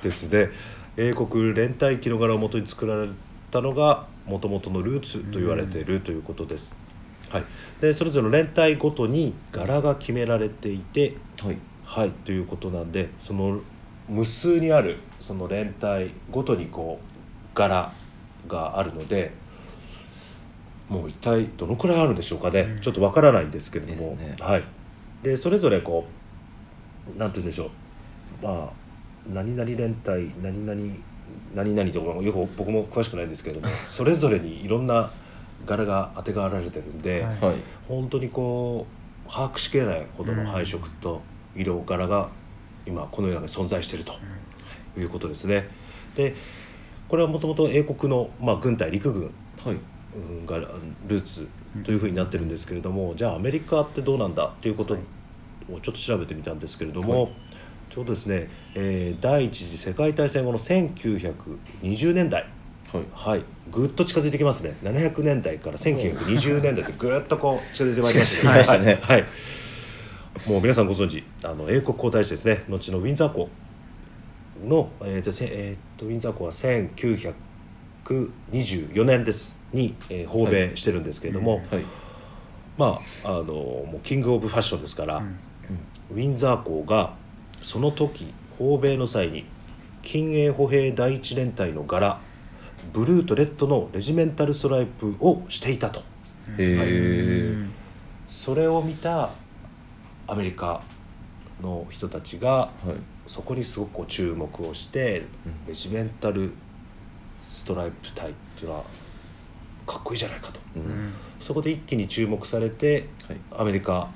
ですね英国連帯機の柄を元に作られたのがもともとのルーツと言われているということです。はい、でそれぞれの連帯ごとに柄が決められていてはいはいということなんでその無数にあるその連帯ごとにこう柄があるのでもう一体どのくらいあるんでしょうかね、うんちょっとわからないんですけれどですも、ねはい、でそれぞれこうなんて言うんでしょうまあ何々連帯何々何々とかよく僕も詳しくないんですけれどもそれぞれにいろんな柄があてがわられてるんで。はいはい本当にこう把握しきれないほどの配色と色柄が今この世の中に存在しているということですね。でこれはもともと英国の、まあ、軍隊陸軍はいうんがルーツというふうになってるんですけれども、じゃあアメリカってどうなんだということをちょっと調べてみたんですけれども、はいちょうどですね、えー第一次世界大戦後の1920年代。はいはい、ぐっと近づいてきますね700年代から1920年代でぐっとこう近づいてまいりました近づいてきましたねはい、はいもう皆さんご存知あの英国皇太子ですね後のウィンザー公の、えーとせえーとウィンザー公は1924年ですに、えー訪米してるんですけれども、はいまああのもうキング・オブ・ファッションですから、うんウィンザー公がその時訪米の際に近衛歩兵第一連隊の柄ブルーとレッドのレジメンタルストライプをしていたとへえそれを見たアメリカの人たちがはいそこにすごくこう注目をして、うんレジメンタルストライプ隊っていうのはかっこいいじゃないかとううんんそこで一気に注目されてはいアメリカ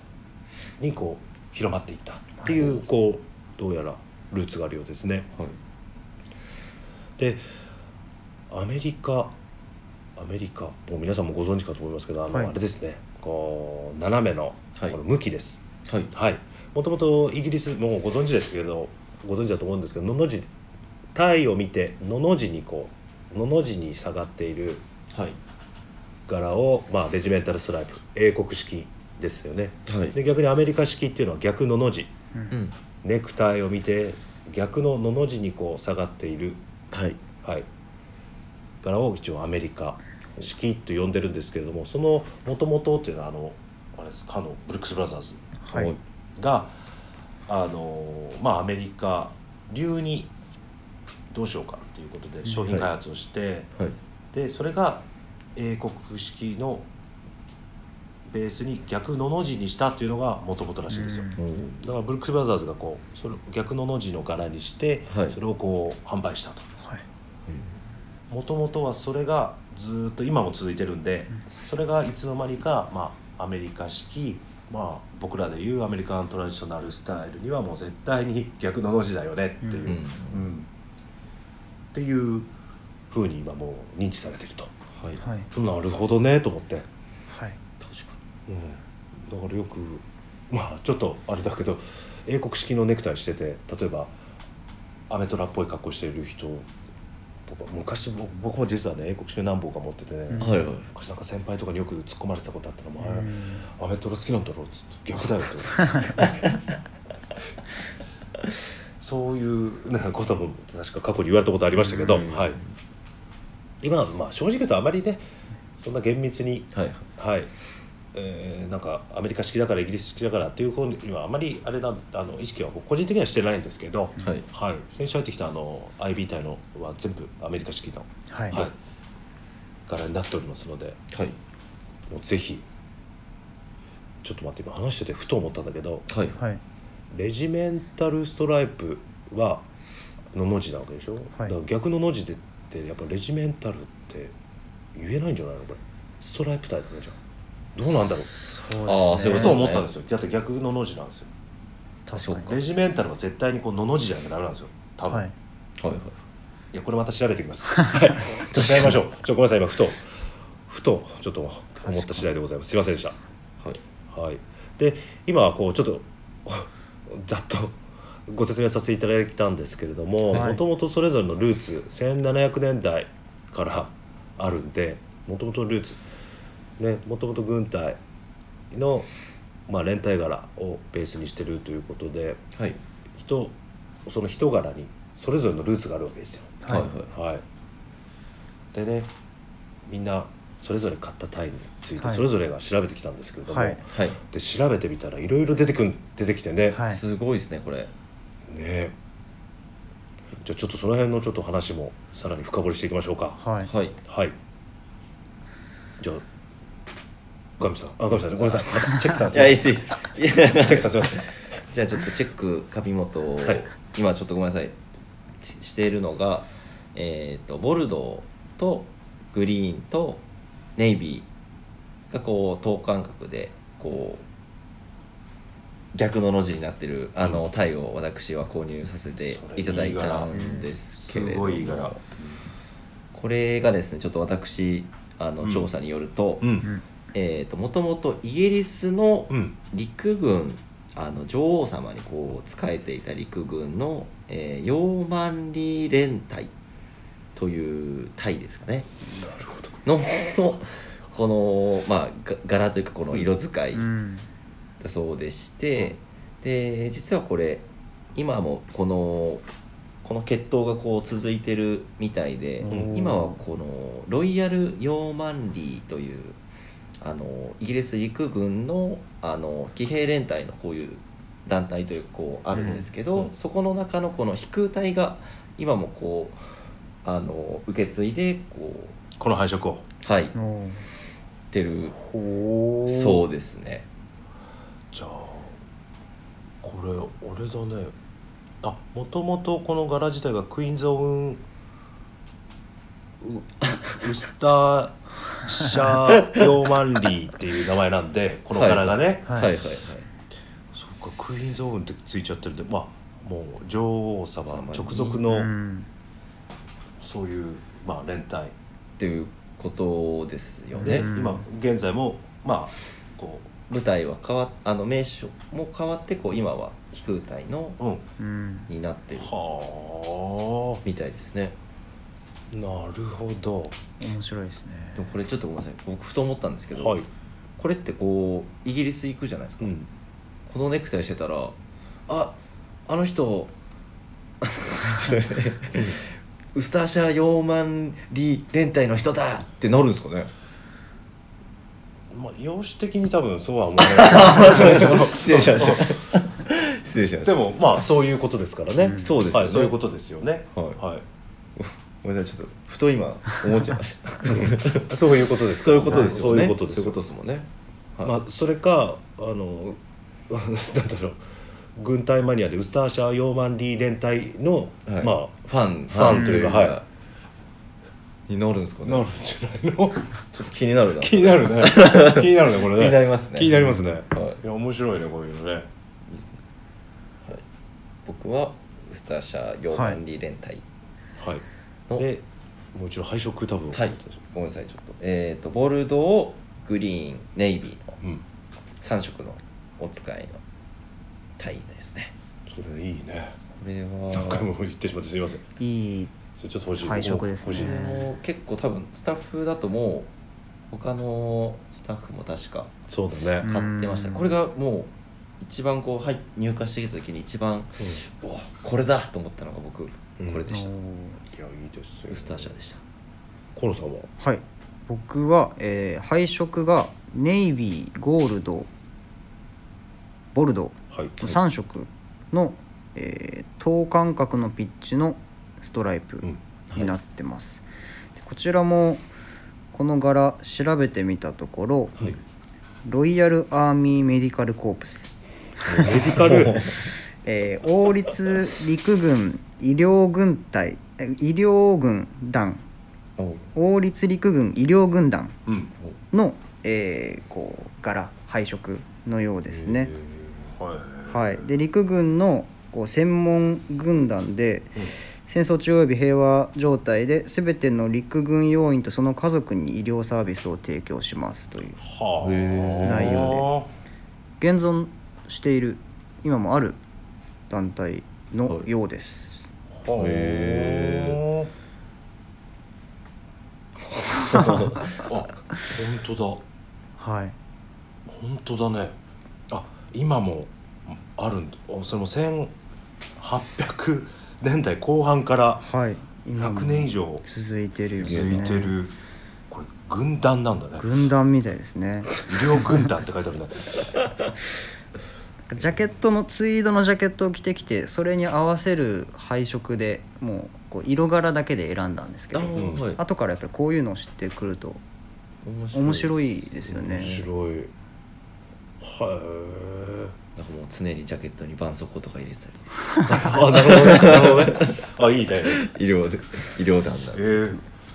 にこう広まっていったっていうこうどうやらルーツがあるようですね。はいでアメリカアメリカもう皆さんもご存知かと思いますけどあの、はいあれですねこう斜めのはこいの向きです。はいはいもともとイギリスもうご存知ですけどご存知だと思うんですけどのの字太陽を見てのの字にこうのの字に下がっているはい柄を、まあ、レジメンタルストライプ英国式ですよねはいで逆にアメリカ式っていうのは逆のの字うんうんネクタイを見て逆ののの字にこう下がっている、はいはい、柄を一応アメリカ式と呼んでるんですけれどもその元々っていうのはあのあれですかのブルックス・ブラザーズはいはいがあのまあアメリカ流にどうしようかっていうことで商品開発をして、はいでそれが英国式のベースに逆のの字にしたっていうのが元々らしいんですよ、うんおーだからブルックス・ブラザーズがこうそれを逆のの字の柄にして、はいそれをこう販売したとはいもともとはそれがずーっと今も続いてるんでそれがいつの間にか、まあ、アメリカ式、まあ、僕らでいうアメリカントラディショナルスタイルにはもう絶対に逆のの字だよねっていう、うんうんうんっていうふうに今もう認知されてるとはいはいなるほどねと思って、はい確かだからよくまあちょっとあれだけど英国式のネクタイしてて例えばアメトラっぽい格好してる人とか昔僕僕も実はね英国式の何本か持っててね、うんにはいはい昔なんか先輩とかによく突っ込まれてたことあったのも、あうれアんメトラ好きなんだろうっつって逆だよって [LAUGHS] そういうなんかことも確か過去に言われたことありましたけど、うんはい、今はまあ正直言うとあまりねそんな厳密に、はいはいはいえーなんかアメリカ式だからイギリス式だからっていう方にはあまりあれなんあの意識は僕個人的にはしてないんですけど、はいはい、先週入ってきたあの IB 隊のは全部アメリカ式の、ははいい、柄になっておりますので。はいもうぜひちょっと待って今話しててふと思ったんだけどはいはいレジメンタルストライプはのの字なわけでしょ、だから逆のの字でってやっぱレジメンタルって言えないんじゃないのこれストライプ隊だねじゃあどうなんだろうそうあーですそういうねふことで思ったんですよだって逆のの字なんですよ確かそにレジメンタルは絶対にこうのの字じゃなきゃダメなんですよ多分、、はいいはいはいやこれまた調べてきますはい調べましょうちょっとごめんなさい今ふとふとちょっと思った次第でございますすいませんでしたはいはい、で今はこうちょっと [LAUGHS] ざっとご説明させていただいたんですけれどもはいもともとそれぞれのルーツ1700年代からあるんでもともとのルーツねもともと軍隊の、まあ、連帯柄をベースにしてるということではい人その人柄にそれぞれのルーツがあるわけですよ。はいはいはい、でねみんなそれぞれ買ったタイについてはいそれぞれが調べてきたんですけれども、はいはいで調べてみたらいろいろ出てくん出てきてね,、ははいいすごいですねこれねじゃあちょっとその辺のちょっと話もさらに深掘りしていきましょうかはいはいはいじゃあ神さんあ神さんごめんなさいまたチェックさんいすいまやいいっせすんいいっ [LAUGHS] すいやチェックさんすいませんじゃあちょっとチェック上本を、はい今ちょっとごめんなさいししているのがえっ、とボルドーとグリーンとネイビーがこう等間隔でこう逆のの字になってるあのタイを私は購入させていただいたんですけれどもこれがですねちょっと私あうのん調査によると,、ううんんえー、ともともとイギリスのうん陸軍あの女王様にこう仕えていた陸軍の、えー、ヨーマンリー連隊という隊ですかねなるほどの [LAUGHS] この、まあ、が柄というかこの色使いうんだそうでして、で実はこれ今もこのこの血統がこう続いてるみたいで、うん今はこのロイヤル・ヨーマンリーというあのイギリス陸軍のあの騎兵連隊のこういう団体というこうあるんですけど、うんそこの中のこの飛空隊が今もこうあの受け継いでここの配色をうはいおーてるほそううですね。じゃあこれ俺だねあもともとこの柄自体がクイーンズ・オブンウウスターシャー・ヨーマンリーっていう名前なんでこの柄がね、はいはいはいはいそっかクイーンズ・オブンってついちゃってるんでまあもう女王様直属うのんそういう、まあ、連帯っていうことですよね。で、うん今現在もまあこ舞台は変わっあの名所も変わってこう今は飛空隊のううんうんになってるはみたいですねあなるほど面白いですねでもこれちょっとごめんなさい僕ふと思ったんですけど、はい、これってこうイギリス行くじゃないですか、うん、このネクタイしてたらああの人すいません [LAUGHS] ウスターシャ4万里連隊の人だってなるんですかねまあ、容姿的に多分そうは思わない失礼しました [LAUGHS] 失礼しま [LAUGHS] でしたもまあそういうことですからね、うんそうですよねはい、そういうことですよねはいはごめんなさいちょっとふと今思っちゃいまし [LAUGHS] たい、そういうことですそういうことですそよねういうことですそういうことですもんねはいまあ、それかあの [LAUGHS] なんだろう軍隊マニアでウスターシャー・ヨーマン・リー連隊の、はいまあファンファンというかはいになるんですかねなるんじゃないの [LAUGHS] ちょっと気になるな気にな [LAUGHS] るね気になるねこれね気になりますね気になりますね、はいや面白いねこういうのねいいですねはい、僕はウスターシャ4万里連隊はいの、でもう一度配色多分はい、ごめんなさいちょっとえっ、とボルドーグリーンネイビーのうん3色のお使いの隊ですねそれいいねこれは何回も言ってしまってすみませんいいそれちょっと欲しい配色ですね欲しいもう結構多分スタッフだともう他のスタッフも確かそうだね、買ってましたうんこれがもう一番こう入入荷してきた時に一番うわこれだと思ったのが僕こうんれでした、いやいいですよウスターシャでした河野さんははい僕は、えー配色がネイビーゴールドボルドはいー3色の、えー等間隔のピッチのストライプうんになってます、でこちらもこの柄調べてみたところ、はいロイヤルアーミーメディカルコープスメディカルえー王立陸軍医療軍隊え医療軍団おう王立陸軍医療軍団うんの、えーこう柄配色のようですね。はいはい、で陸軍のこう専門軍団で、戦争中及び平和状態で全ての陸軍要員とその家族に医療サービスを提供しますというはあへー内容現存している今もある団体のようです。ではあへあ本当はい、だ本当だねあ今もあるんだあそれも1800年代後半からはい、今も100年以上続いてるよ続ねいてるこれ軍団なんだね軍団みたいですね医療軍団って書いてあるねジャケットのツイードのジャケットを着てきてそれに合わせる配色でもうこう色柄だけで選んだんですけどうんはい後からやっぱりこういうのを知ってくると面白いですよね面白いへえなんかもう常にジャケットに絆創膏とか入れてたあなるほどねなるほどねあいいねり医療で医療団なんえで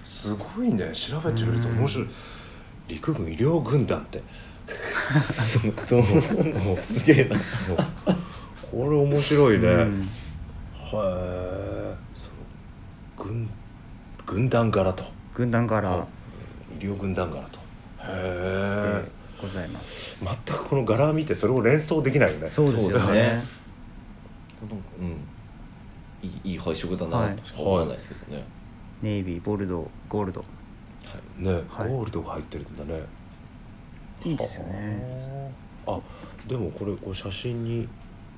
すー、すごいね調べてみると面白い陸軍医療軍団って [LAUGHS] そう [LAUGHS] すげえなこれ面白いね、うんはえ軍軍団柄と軍団柄医療軍団柄とへでえございます、全くこの柄を見てそれを連想できないよねそうですよそうねですねなんかうんいいいい配色だなとしか思わないですけどね、はいネイビーボルドーゴールドね、はいゴールドが入ってるんだねいいですよねあでもこれこう写真に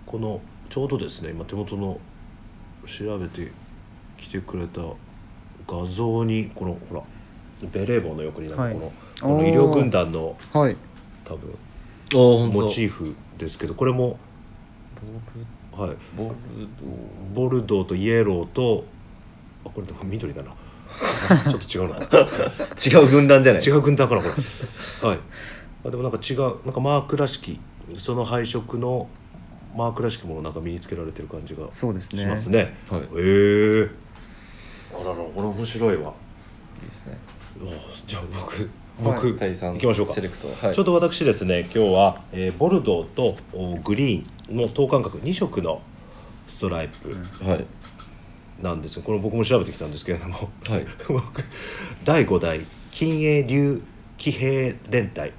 このちょうどですね今手元の調べてきてくれた画像にこのほらベレー帽の横になんかはいこの,、こおのー医療軍団のはい多分あ本モチーフですけどこれも、はい、ボルドボルドーとイエローとあこれでも緑 [LAUGHS] だなあちょっと違うな違う軍団じゃない違う軍団かなこれはいあでもなんか違うなんかマークらしきその配色のマークらしきものなんか身につけられてる感じがしそうですねますねはいへえあららこれ面白いわいいですねおじゃあ僕僕、タイさん行きましょうかセレクトはいちょうど私ですね今日は、えーボルドーとおグリーンの等間隔2色のストライプはいなんです、これ僕も調べてきたんですけれども、 [LAUGHS] はい僕第5代金英竜騎兵連隊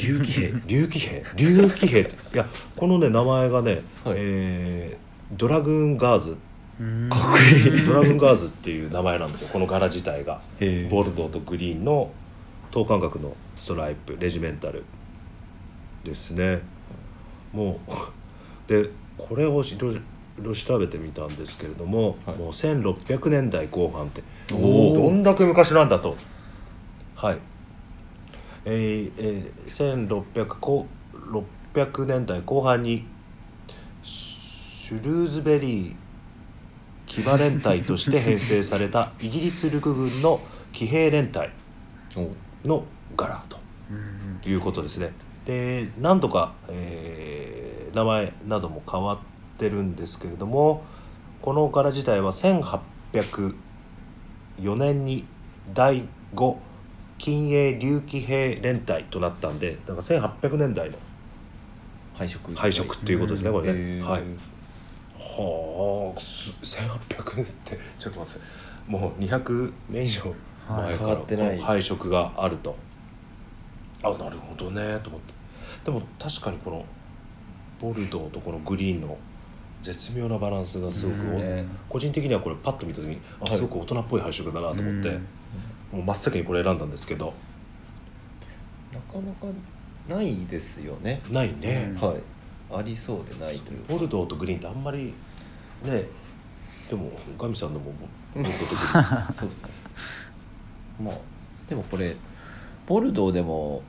竜騎兵竜騎兵竜騎兵っていやこのね名前がね、はいえードラグーンガーズうんかっこいいドラグーンガーズっていう名前なんですよこの柄自体がへえボルドーとグリーンの等間隔のストライプレジメンタル [LAUGHS] ですねもうでこれをいろいろろ調べてみたんですけれども、はいもう1600年代後半っておどーんだけ昔なんだとはいえーえー、1600こ600年代後半にシュルーズベリー騎馬連隊として編成されたイギリス陸軍の騎兵連隊おの柄とうんいうことですね。で何度か、えー名前なども変わってるんですけれどもこの柄自体は1804年に第5近衛竜騎兵連隊となったんでだから1800年代の配色配色っていうことですね、うんこれね。へーはいはあす1800ってちょっと待ってもう200年以上は前かい変わらってないこの配色があるとあなるほどねと思ってでも確かにこのボルドーとこのグリーンの絶妙なバランスがすごですく、ね個人的にはこれパッと見た時にあはいすごく大人っぽい配色だなと思って、うんもう真っ先にこれ選んだんですけどなかなかないですよね、ないね、うんはいありそうでないというかボルドーとグリーンってあんまりねでもガミさんのもボルドーと [LAUGHS] グリーン [LAUGHS] そうですねまあでもこれボルドーでも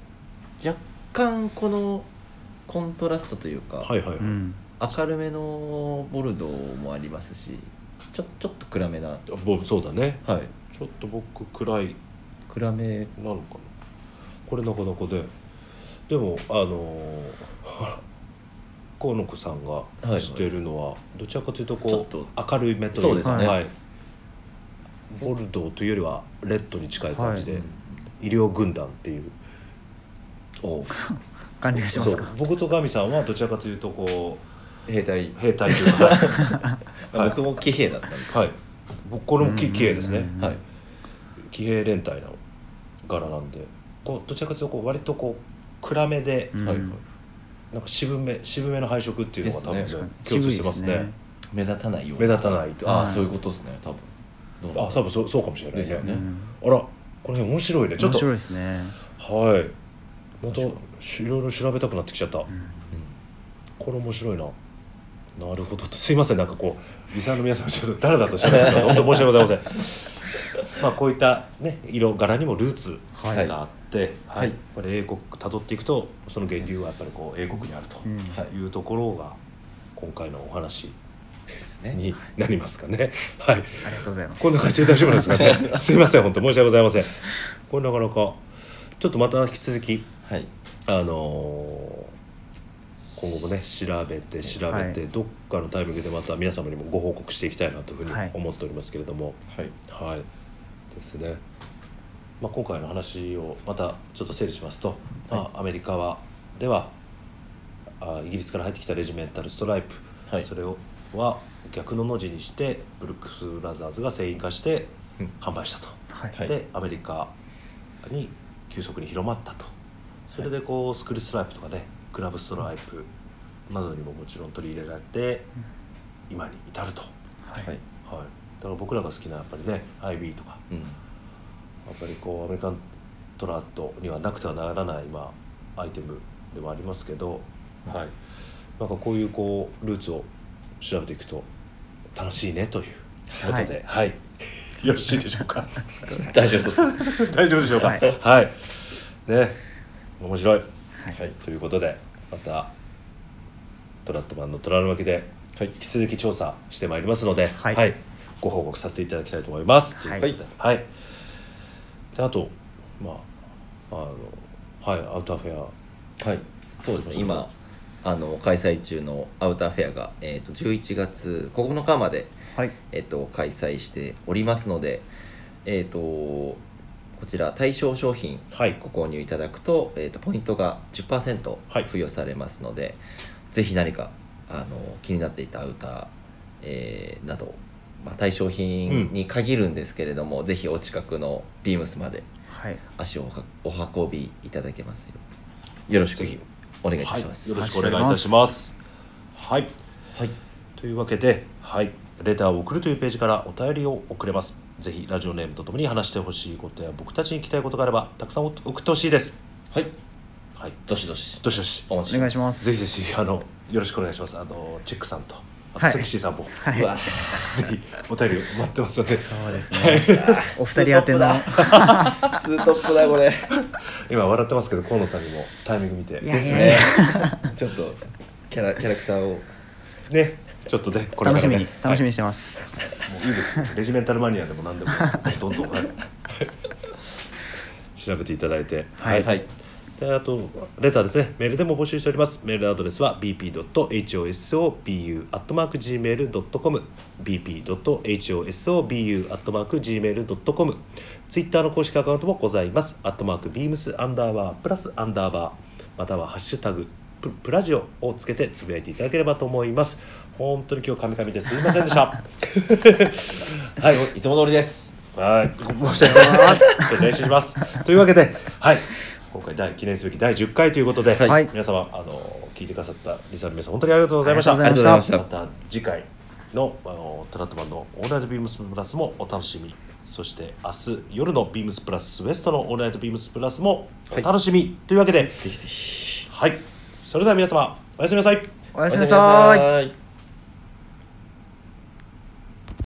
若干このコントラストというか、はいはいはい、うん明るめのボルドーもありますしちょちょっと暗めな、あぼそうだねはい、ちょっと僕暗い暗めなのかなこれなかなかででもあのー、 [LAUGHS] 河野子さんがいはいしてるのは、どちらかというとちょっことう明るい目といそううでかすねはい、ボルドーというよりはレッドに近い感じで、は医療軍団っていうお感じがしますかそう僕とガミさんはどちらかというとこ兵隊う兵隊というか [LAUGHS] はい僕も騎兵だったんで、はい僕これも騎騎兵ですね、うんはい、騎兵連隊の柄なんでこうどちらかというとこう割とこう暗めで、うんはいはいなんか渋め渋めの配色っていうのが多分ねですね共通してますね目立たないよう目に立たないとあああ、はいそういうことですね多分どうなんだろう多分そうそうかもしれないですねようねんあらこの辺面白いねちょっ面と白いはですねいまた確いかろいろ調べたくなってきちゃった、うんこれ面白いななるほどとすいませんなんかこうリサーの皆さんちょっとだらだらとしゃべってしまって本当申し訳ございま [LAUGHS] せんまあこういったね色柄にもルーツはいがあって、はいはいこれ英国たどっていくとその源流はやっぱりこう英国にあるとうんはいいうところが今回のお話ですねになりますかね。はい、ありがとうございますこんな感じで大丈夫なんですか [LAUGHS] ね。すいません、本当申し訳ございません。これなかなか、ちょっとまた引き続き、はいあのー今後もね、調べて調べて、はいどっかのタイミングでまた皆様にもご報告していきたいなというふうにはい思っておりますけれども、はいはい、ですね。まあ、今回の話をまたちょっと整理しますと、まあ、アメリカはではあイギリスから入ってきたレジメンタルストライプ、はいそれをは逆のの字にしてブルックス・ブラザーズが製品化してうん販売したと、はいはいでアメリカに急速に広まったとそれでこうスクールストライプとかねクラブストライプなどにももちろん取り入れられて今に至ると、はいはい、だから僕らが好きなやっぱりね IB とかうんやっぱりこうアメリカントラットにはなくてはならない、まあ、アイテムでもありますけど、はいなんかこういうこうルーツを調べていくと楽しいねということで、はい [LAUGHS] よろしいでしょう [LAUGHS] か大丈夫ですは [LAUGHS] 大丈夫でしょうかははいい、ね面白いいということでまたトラットマンの虎の巻ではい引き続き調査してまいりますので、ははいいご報告させていただきたいと思います。はいということではい、であと、まああのはい、アウターフェはい、そうですね、今あの開催中のアウターフェアが、えー、と11月9日まで、はいえー、と開催しておりますので、えー、とこちら対象商品ア、はい、ご購入いただくと,、えー、とポイントが10%はい付与されますので、ぜひ何かあの気になっていたアウター、えーなど、まあ、対象品に限るんですけれども、ぜひお近くのビームスまではい足をおかお運びいただけますようよろしくぜひお願いいたしはい、よまろす。しくお願いいたします。はい、はい、というわけで、はい、レターを送るというページからお便りを送れます。ぜひラジオネームとともに話してほしいことや僕たちに聞きたいことがあればたくさんお送ってほしいです。はい、はい、どしどしどしどしお待ちお願いしますぜひぜひあのよろしくお願いします。あのチェックさんとあはといセクシーさんも、はいうわぜひお便りを待ってますのでそうですねお二人宛てツのートップ [LAUGHS] だツートップだこれ今笑ってますけど河野さんにもタイミング見ていやいやいねやちょっとキャラキャラクターをねちょっとねこれ楽かしらねみに楽しみにしてますもういいですよレジメンタルマニアでも何でもどんどん、はい、調べていただいてはいはいであとレターですねメールでも募集しておりますメールアドレスは bp.hosobu.gmail.com bp.hosobu.gmail.com ツイッターの公式アカウントもございますアットマークビームスアンダーバープラスアンダーバーまたはハッシュタグププラジオをつけてつぶやいていただければと思います本当に今日カミカミですいませんでしたはいいつも通りですはい、申し訳ない。ちょっと練習します。というわけで、はい、今回第記念すべき第10回ということで、はい皆様あの聞いてくださったリスナーの皆さん本当にありがとうございました。ありがとうございましたまた次回のあのトラットマンのオールナイトビームスプラスもお楽しみ。そして明日夜のビームスプラスウエストのオールナイトビームスプラスもお楽しみ、というわけで、ぜひぜひはい、それでは皆様おやすみなさい。おやすみなさいおやすみなさい